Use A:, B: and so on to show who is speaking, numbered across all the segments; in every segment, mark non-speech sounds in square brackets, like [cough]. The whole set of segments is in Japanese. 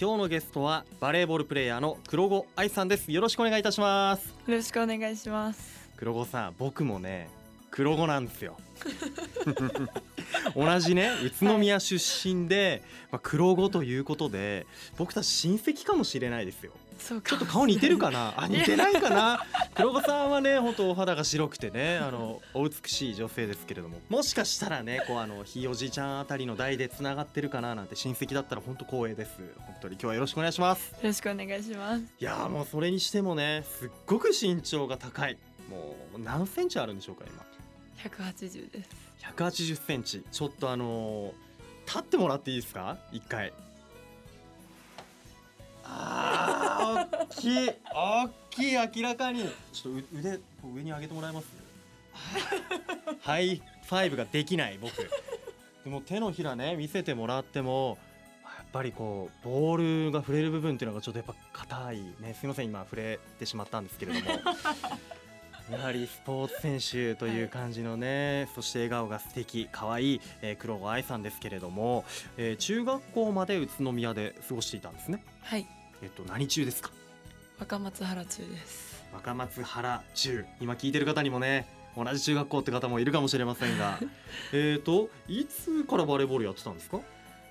A: 今日のゲストはバレーボールプレイヤーの黒子愛さんですよろしくお願いいたします
B: よろしくお願いします。
A: 黒子さん僕もね黒子なんですよ [laughs] 同じね宇都宮出身で、まあ、黒子ということで僕たち親戚かもしれないですよ
B: そうか
A: ちょっと顔似てるかなあ似てないかな黒子さんはね本当お肌が白くてねあのお美しい女性ですけれどももしかしたらねこうあのひいおじいちゃんあたりの代でつながってるかななんて親戚だったら本当光栄です本当に今日はよろしくお願いします
B: [laughs] よろしくお願いします。
A: いやーもうそれにしてもねすっごく身長が高いもう何センチあるんでしょうか今
B: 180です。
A: 180センチちょっとあのー立ってもらっていいですか一回あー大きい大きい明らかにちょっとう腕こう上に上げてもらえますハイファイブができない僕でも手のひらね見せてもらってもやっぱりこうボールが触れる部分っていうのがちょっとやっぱ硬いねすいません今触れてしまったんですけれどもやはりスポーツ選手という感じのね、そして笑顔が素敵可愛い、えー、黒子愛さんですけれども、えー中学校まで宇都宮で過ごしていたんですね
B: はい、
A: えっと何中ですか
B: 若松原中です。
A: 若松原中今聞いてる方にもね同じ中学校って方もいるかもしれません
B: [laughs]
A: がえっといつからバレーボールやってたんですか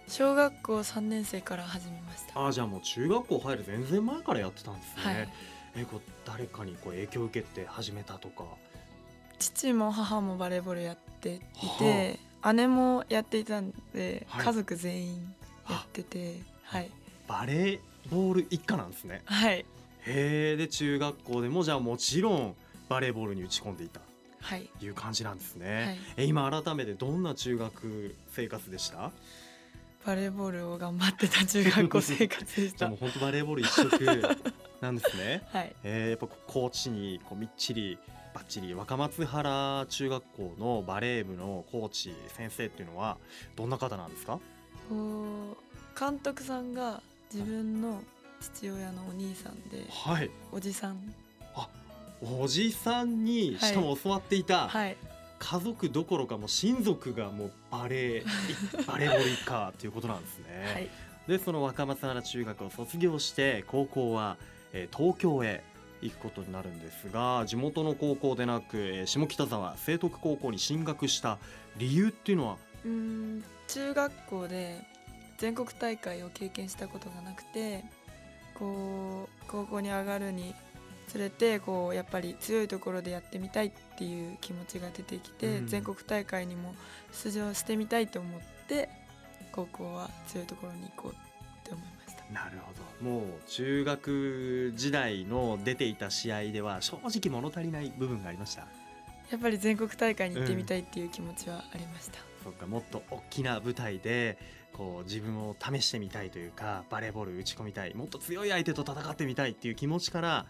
B: 小学校三年生から始めました。
A: あーじゃあもう中学校入る全然前からやってたんですね、
B: はい、
A: えこう誰かにこう影響を受けて始めたとか
B: 父も母もバレーボールやってい
A: は
B: て、姉もやっていたんで、
A: はい
B: 家族全員やってて、はい、
A: バレーボール一家なんですね
B: はい、
A: へえで中学校でもじゃあもちろんバレーボールに打ち込んでいた
B: はい、
A: という感じなんです
B: は
A: ね、
B: い、
A: え今改めてどんな中学生活でした
B: バレーボールを頑張ってた中学校生活で
A: [laughs] じ
B: し
A: ゃあ
B: た
A: もう。本当バレーボール一色なんですね [laughs]
B: はい、
A: えーやっぱこう高知にこうみっちりばっちり若松原中学校のバレー部のコーチ先生っていうのはどんな方なんですか
B: こう監督さんが自分の父親のお兄さんで、
A: はい
B: おじさん、
A: おじさんに
B: はい
A: しかも教わっていた、
B: はい。
A: 家族どころかもう親族がもうバレーバレーボール一家ということなんですね、
B: はい、
A: でその若松原中学を卒業して高校は、えー東京へ行くことになるんですが地元の高校でなく、えー下北沢清徳高校に進学した理由っていうのは
B: うーん中学校で全国大会を経験したことがなくてこう高校に上がるにつれてこうやっぱり強いところでやってみたいっていう気持ちが出てきて、
A: うん
B: 全国大会にも出場してみたいと思って高校は強いところに行こうって思いました。
A: なるほどもう中学時代の出ていた試合では正直物足りない部分がありました
B: やっぱり全国大会に行ってみたいっていう気持ちはありました。
A: そっかもっと大きな舞台でこう自分を試してみたいというかバレーボール打ち込みたいもっと強い相手と戦ってみたいっていう気持ちから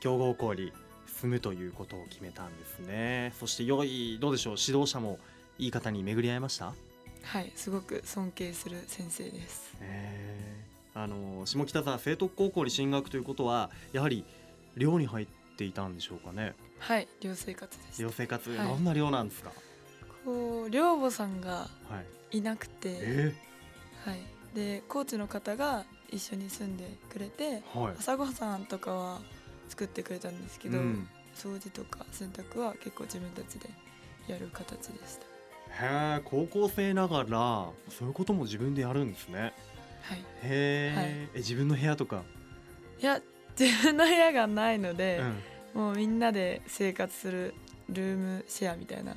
A: 強豪校に進むということを決めたんですねそして良いどうでしょう指導者もいい方に巡り合いました
B: はい、すごく尊敬する先生です。
A: えあの下北沢清徳高校に進学ということはやはり寮に入っていたんでしょうかね
B: はい、寮生活でした
A: 寮。生活、
B: はい
A: どんな寮なんですか
B: こう寮母さんが
A: はい
B: いなくて、
A: え
B: はい、でコーチの方が一緒に住んでくれて
A: ー、はい
B: 朝ごはんとかは作ってくれたんですけど、
A: うん
B: 掃除とか洗濯は結構自分たちでやる形でした。
A: へえ高校生ながらそういうことも自分でやるんですね
B: はい、い
A: へえ、
B: はい
A: え自分の部屋とか、
B: や自分の部屋がないので
A: う、ん、
B: もうみんなで生活するルームシェアみたいな、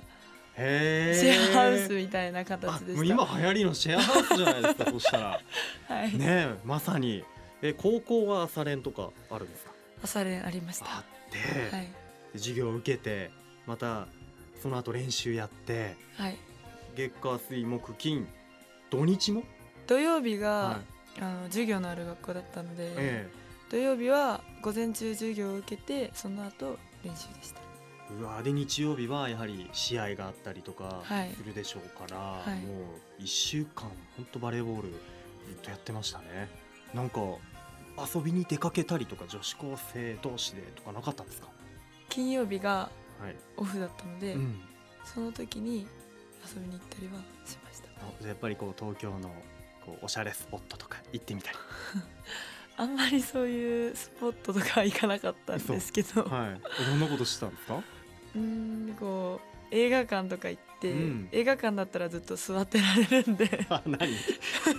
A: へえ
B: シェアハウスみたいな形で
A: あもう
B: した。
A: 今流行りのシェアハウスじゃないですかそしたら
B: [laughs] はい、
A: ねえまさにえ高校は朝練とかあるんですか
B: 朝練ありました。
A: あ
B: は
A: って、
B: い、
A: で授業を受けてまたその後練習やって
B: はい、
A: 月火水木金土日も、
B: 土曜日が、
A: はい
B: あの授業のある学校だったので。
A: え
B: 土曜日は午前中授業を受けてその後練習でした
A: えうわで日曜日はやはり試合があったりとか
B: はい
A: するでしょうから、
B: い
A: もう1週間本当バレーボールずっとやってましたねなんか遊びに出かけたりとか女子高生同士でとかなかったんですか
B: 金曜日が
A: はい、
B: オフだったので、
A: うん、
B: その時に遊びに行ったりはしました
A: あやっぱりこう東京のこうおしゃれスポットとか行ってみたり、
B: あんまりそういうスポットとかは行かなかったんですけど、
A: はい、どんなことしてたんですか
B: うーんこう映画館とか行って、
A: うん
B: 映画館だったらずっと座ってられるんで
A: [laughs] あ何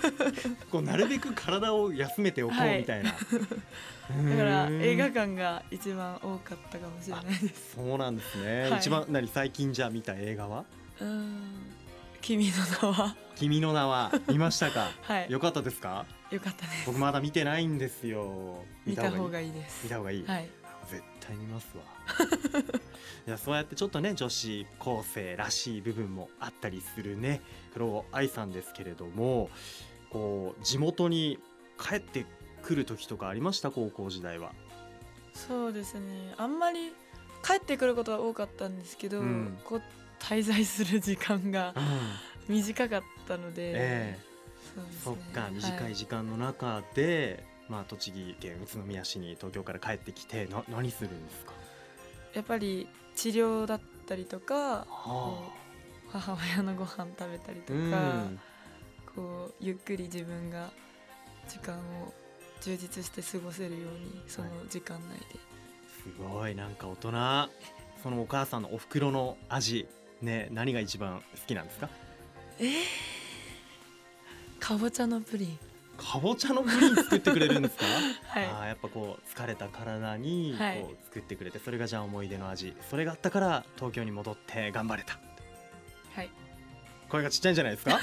A: [laughs] こうなるべく体を休めておこうみたい
B: [laughs]
A: な、
B: だから
A: うーん
B: 映画館が一番多かったかもしれないです
A: そうなんですね、
B: はい
A: 一番何最近じゃあ見た映画は
B: うーん君の名は
A: 「君の名 [laughs] は」見ましたか
B: はいよ
A: よかったですか
B: かったです
A: 僕まだ見てないんですよ
B: 見た
A: 方
B: 方
A: がいい
B: がいいです
A: 見た方がいい、
B: はい
A: 絶対見ますわいやそうやってちょっとね女子高生らしい部分もあったりするね黒尾愛さんですけれどもこう地元に帰ってくる時とかありました高校時代は、
B: そうですねあんまり帰ってくることは多かったんですけど、
A: うん
B: こう滞在する時間
A: [laughs]
B: が
A: うん
B: 短かったので、
A: ええ
B: そうです
A: そ
B: ね
A: っか短い時間の中で、まあ、栃木県宇都宮市に東京から帰ってきてな何するんですか、
B: やっぱり治療だったりとか
A: は
B: 母親のご飯食べたりと
A: う
B: か、
A: ん、
B: こうゆっくり自分が時間を充実して過ごせるようにその時間内で、
A: すごいなんか大人そのお母さんのお袋の味ね何が一番好きなんですか
B: かぼちゃのプリン
A: かぼちゃのプリン作ってくれるんですか
B: [laughs] はい
A: あーやっぱこう疲れた体に
B: はい
A: こう作ってくれて、それがじゃあ思い出の味それがあったから東京に戻って頑張れた
B: はい
A: 声がちっちゃいんじゃないですか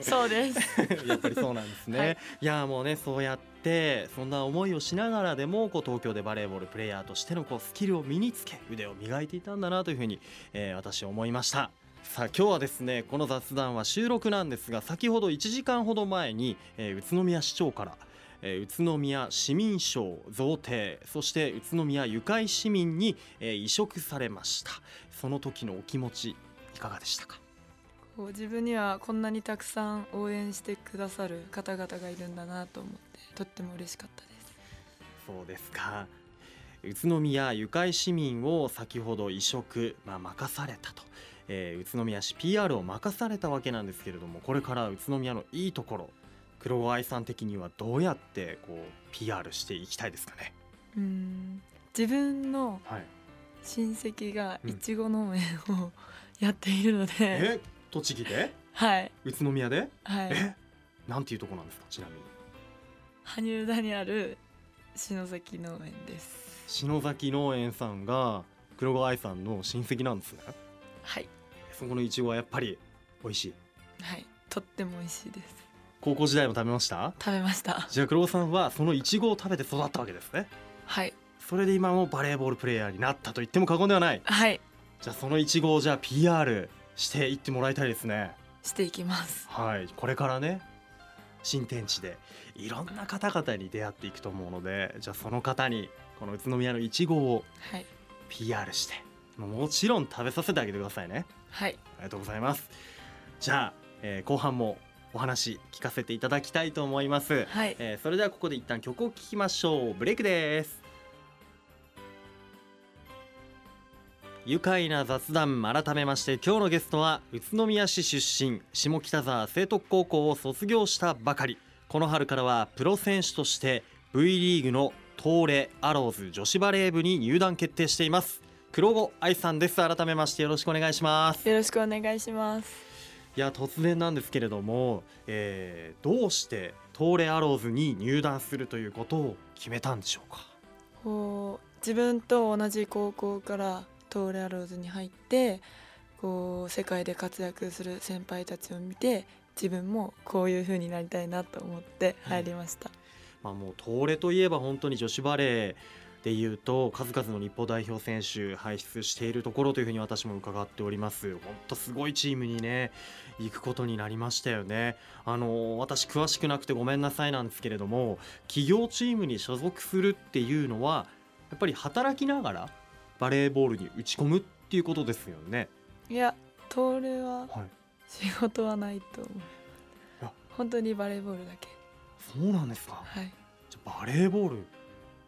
B: そうです
A: [laughs] やっぱりそうなんですね、
B: はい
A: い、やーもうねそうやってそんな思いをしながらでもこう東京でバレーボールプレイヤーとしてのこうスキルを身につけ腕を磨いていたんだなというふうに、えー私は思いましたさあ今日はですねこの雑談は収録なんですが先ほど1時間ほど前に、えー宇都宮市長から、えー宇都宮市民賞贈呈そして宇都宮ゆかり市民に、えー移植されましたその時のお気持ちいかがでしたか
B: こう自分にはこんなにたくさん応援してくださる方々がいるんだなと思ってとっても嬉しかったです
A: そうですか宇都宮ゆかい市民を先ほど移植、まあ、任されたと、えー宇都宮市 PR を任されたわけなんですけれどもこれから宇都宮のいいところ黒尾愛さん的にはどうやってこう PR していきたいですかね
B: うーん自分の
A: はい
B: 親戚が
A: うん
B: いちご農園をやっているので、
A: え栃木で
B: はい
A: 宇都宮で
B: はい
A: なんていうとこなんですかちなみに
B: 羽生田にある篠崎農園です
A: 篠崎農園さんが黒尾愛さんの親戚なんですね
B: はい
A: そこのいちごはやっぱり美味しい
B: はいとっても美味しいです
A: 高校時代も食べました
B: 食べました
A: じゃあ黒尾さんはそのイチゴを食べて育ったわけですね
B: はい
A: それで今もバレーボールプレイヤーになったと言っても過言ではない
B: はい
A: じゃあそのイチゴをじゃあ PR していってもらいたいですね
B: していきます
A: はいこれからね新天地でいろんな方々に出会っていくと思うのでじゃあその方にこの宇都宮のイチゴを
B: はい
A: PR してもちろん食べさせてあげてくださいね
B: はい
A: ありがとうございますじゃあ、えー後半もお話聞かせていただきたいと思います
B: はい
A: えーそれではここで一旦曲を聴きましょうブレイクです愉快な雑談改めまして今日のゲストは宇都宮市出身下北沢聖徳高校を卒業したばかりこの春からはプロ選手として V リーグの東レアローズ女子バレー部に入団決定しています黒後愛さんです改めましてよろしくお願いします
B: よろしくお願いします
A: いや突然なんですけれども、えーどうして東レアローズに入団するということを決めたんでしょうか。
B: こう自分と同じ高校から東レアローズに入ってこう世界で活躍する先輩たちを見て自分もこういう風になりたいなと思って入りました、
A: まあ、もう東レといえば本当に女子バレーでいうと数々の日本代表選手輩出しているところというふうに私も伺っております本当すごいチームにね行くことになりましたよねあの私詳しくなくてごめんなさいなんですけれども企業チームに所属するっていうのはやっぱり働きながらバレーボールに打ち込むっていうことですよね。
B: いや東レ
A: は
B: は
A: い
B: 仕事はないと思
A: あ
B: う本当にバレーボールだけ
A: そうなんですか。
B: はい
A: じゃあバレーボール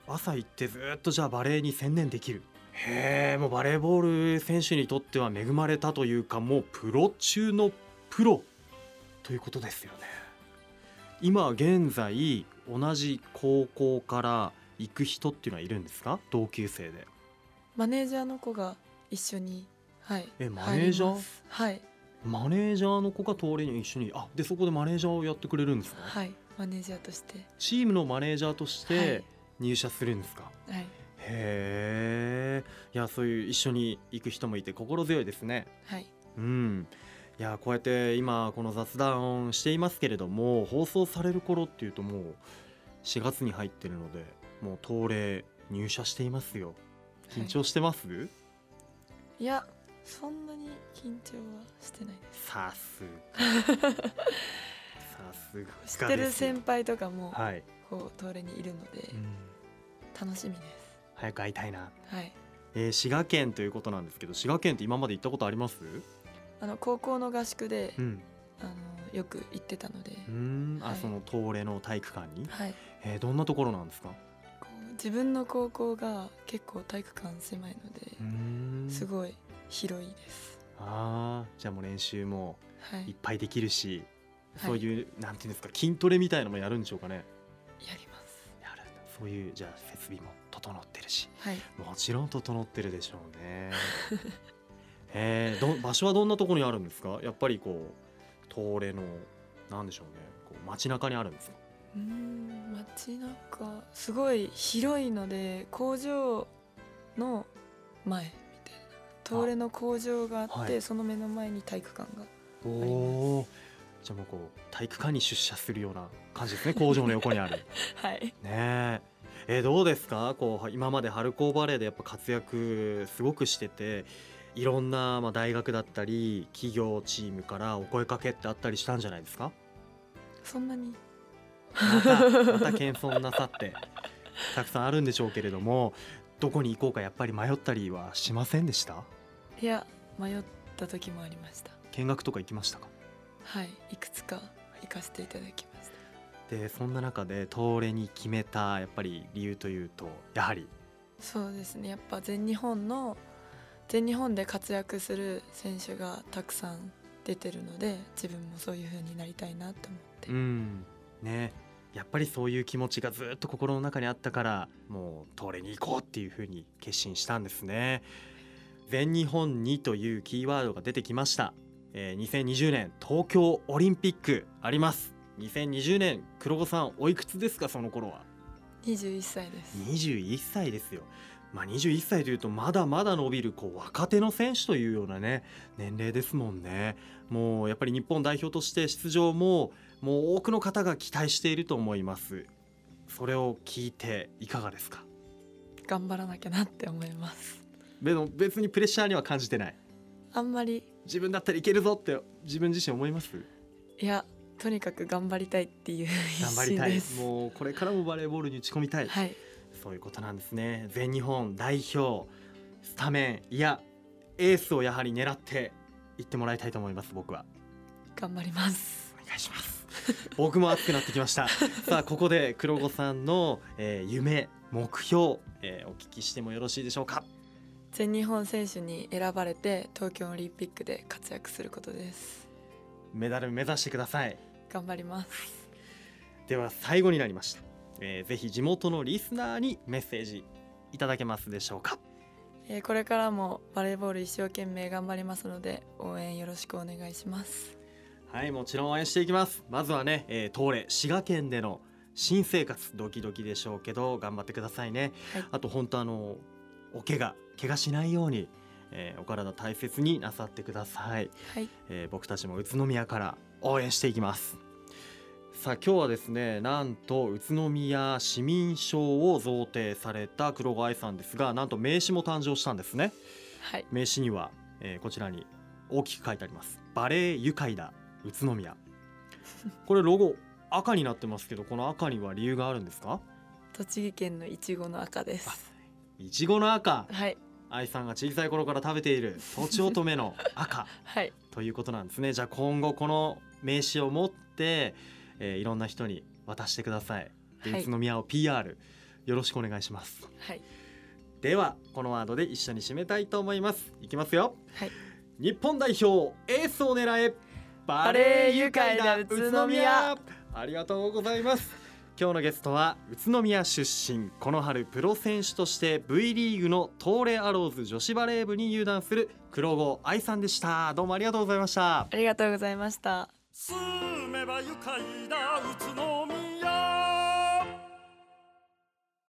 A: 朝行ってずっとじゃあバレーに専念できる。へえ、もうバレーボール選手にとっては恵まれたというか、もうプロ中のプロということですよね。今現在同じ高校から行く人っていうのはいるんですか同級生で
B: マネージャーの子が一緒にはい
A: えマネージャー
B: 入りますはい
A: マネージャーの子が通りに一緒にあでそこでマネージャーをやってくれるんですか、
B: はいマネージャーとして
A: チームのマネージャーとして入社するんですか、
B: はい
A: へえいやそういう一緒に行く人もいて心強いですね
B: はい
A: うんいやこうやって今この雑談をしていますけれども放送される頃っていうともう4月に入ってるのでもう当例入社していますよ緊張してます、
B: いやそんなに緊張はしてないで
A: さす
B: [laughs]
A: がさ
B: す
A: す
B: 知っ
A: が
B: て
A: で
B: る
A: すよ
B: 先輩とかも
A: はい、
B: こう通りにいるので
A: うん、
B: 楽しみで
A: 早く会いたいな、
B: すはい
A: えー、滋賀県ということなんですけど滋賀県って今まで行ったことあります
B: あの高校の合宿で
A: うん
B: あのよく行ってたので
A: うーんあ、
B: はい
A: その東レの体育館に、
B: はい
A: えー、どんなところなんですか
B: こう自分の高校が結構体育館狭いので
A: うーん
B: すごい広いです
A: あーじゃあもう練習も
B: はい
A: いっぱいできるし、
B: はい
A: そういうなんていうんですか筋トレみたいのもやるんでしょうかね
B: やります
A: やるそういうじゃあ設備も整ってるし
B: はい
A: もちろん整ってるでしょう
B: [laughs]
A: ねえー、ど場所はどんなところにあるんですかやっぱりこう東レのなんでしょうねこう街中にあるんですか
B: うーん街中すごい広いので工場の前みたいな東レの工場があって
A: あはい
B: その目の前に体育館が
A: お
B: ります
A: おーじゃあもうこう体育館に出社するような感じですね工場の横にある
B: はい
A: ねええーどうですかこうは今まで春高バレーでやっぱ活躍すごくしてていろんなまあ大学だったり企業チームからお声かけってあったりしたんじゃないですか
B: そんなに
A: またまた謙遜なさってたくさんあるんでしょうけれどもどこに行こうかやっぱり迷ったりはしませんでした
B: いや迷った時もありました
A: 見学とか行きましたか
B: はいいくつか行かせていただきまし
A: でそんな中で東レに決めたやっぱり理由というとやはり
B: たそうですねやっぱ全日本の全日本で活躍する選手がたくさん出てるので自分もそういう風になりたいなと思って、
A: うんねやっぱりそういう気持ちがずっと心の中にあったからもう東レに行こうっていうふうに決心したんですね全日本にというキーワードが出てきました、えー2020年東京オリンピックあります2020年黒子さんおいくつですかその頃は
B: 21歳です
A: 21歳ですよまあ21歳というとまだまだ伸びるこう若手の選手というようなね年齢ですもんねもうやっぱり日本代表として出場ももう多くの方が期待していると思いますそれを聞いていかがですか
B: 頑張らなきゃなって思います
A: でも別にプレッシャーには感じてない
B: あんまり
A: 自分だったらいけるぞって自分自身思います
B: いやとにかく頑張りたいっていう一
A: 頑張り
B: 心
A: たい
B: です
A: もうこれからもバレーボールに打ち込みたい、
B: はい
A: そういうことなんですね全日本代表スタメンいやエースをやはり狙っていってもらいたいと思います僕は
B: 頑張ります
A: お願いします [laughs] 僕も熱くなってきましたさあここで黒子さんの、えー夢目標、えーお聞きしてもよろしいでしょうか
B: 全日本選手に選ばれて東京オリンピックで活躍することです
A: メダル目指してください
B: 頑張ります
A: では最後になりました、えーぜひ地元のリスナーにメッセージいただけますでしょうか
B: えーこれからもバレーボール一生懸命頑張りますので応援よろしくお願いします
A: はいもちろん応援していきますまずはね、えー、東レ滋賀県での新生活ドキドキでしょうけど頑張ってくださいね、
B: はい
A: あと本当あのお怪我怪我しないように、えーお体大切になさってください、
B: はい
A: えー僕たちも宇都宮から応援していきますさあ今日はですねなんと宇都宮市民賞を贈呈された黒子愛さんですがなんと名刺も誕生したんですね
B: はい
A: 名刺には、えーこちらに大きく書いてあります「バレエ愉快だ宇都宮」これロゴ赤になってますけどこの赤には理由があるんですか
B: 栃木県のいちごの赤です
A: いちごの赤
B: はい
A: 愛さんが小さい頃から食べているとちおとめの赤
B: はい
A: ということなんですねじゃあ今後この名刺を持って、えーいろんな人に渡してくださいで
B: はい
A: 宇都宮を PR よろしくお願いします
B: はい
A: ではこのワードで一緒に締めたいと思いますいきますよ
B: はい
A: 日本代表エースを狙え
B: バレー愉快な宇都宮
A: ありがとうございます今日のゲストは宇都宮出身この春プロ選手として V リーグの東レアローズ女子バレー部に入団する黒郷愛さんでしたどうもありがとうございました
B: ありがとうございました
C: 住めば愉快だ宇都宮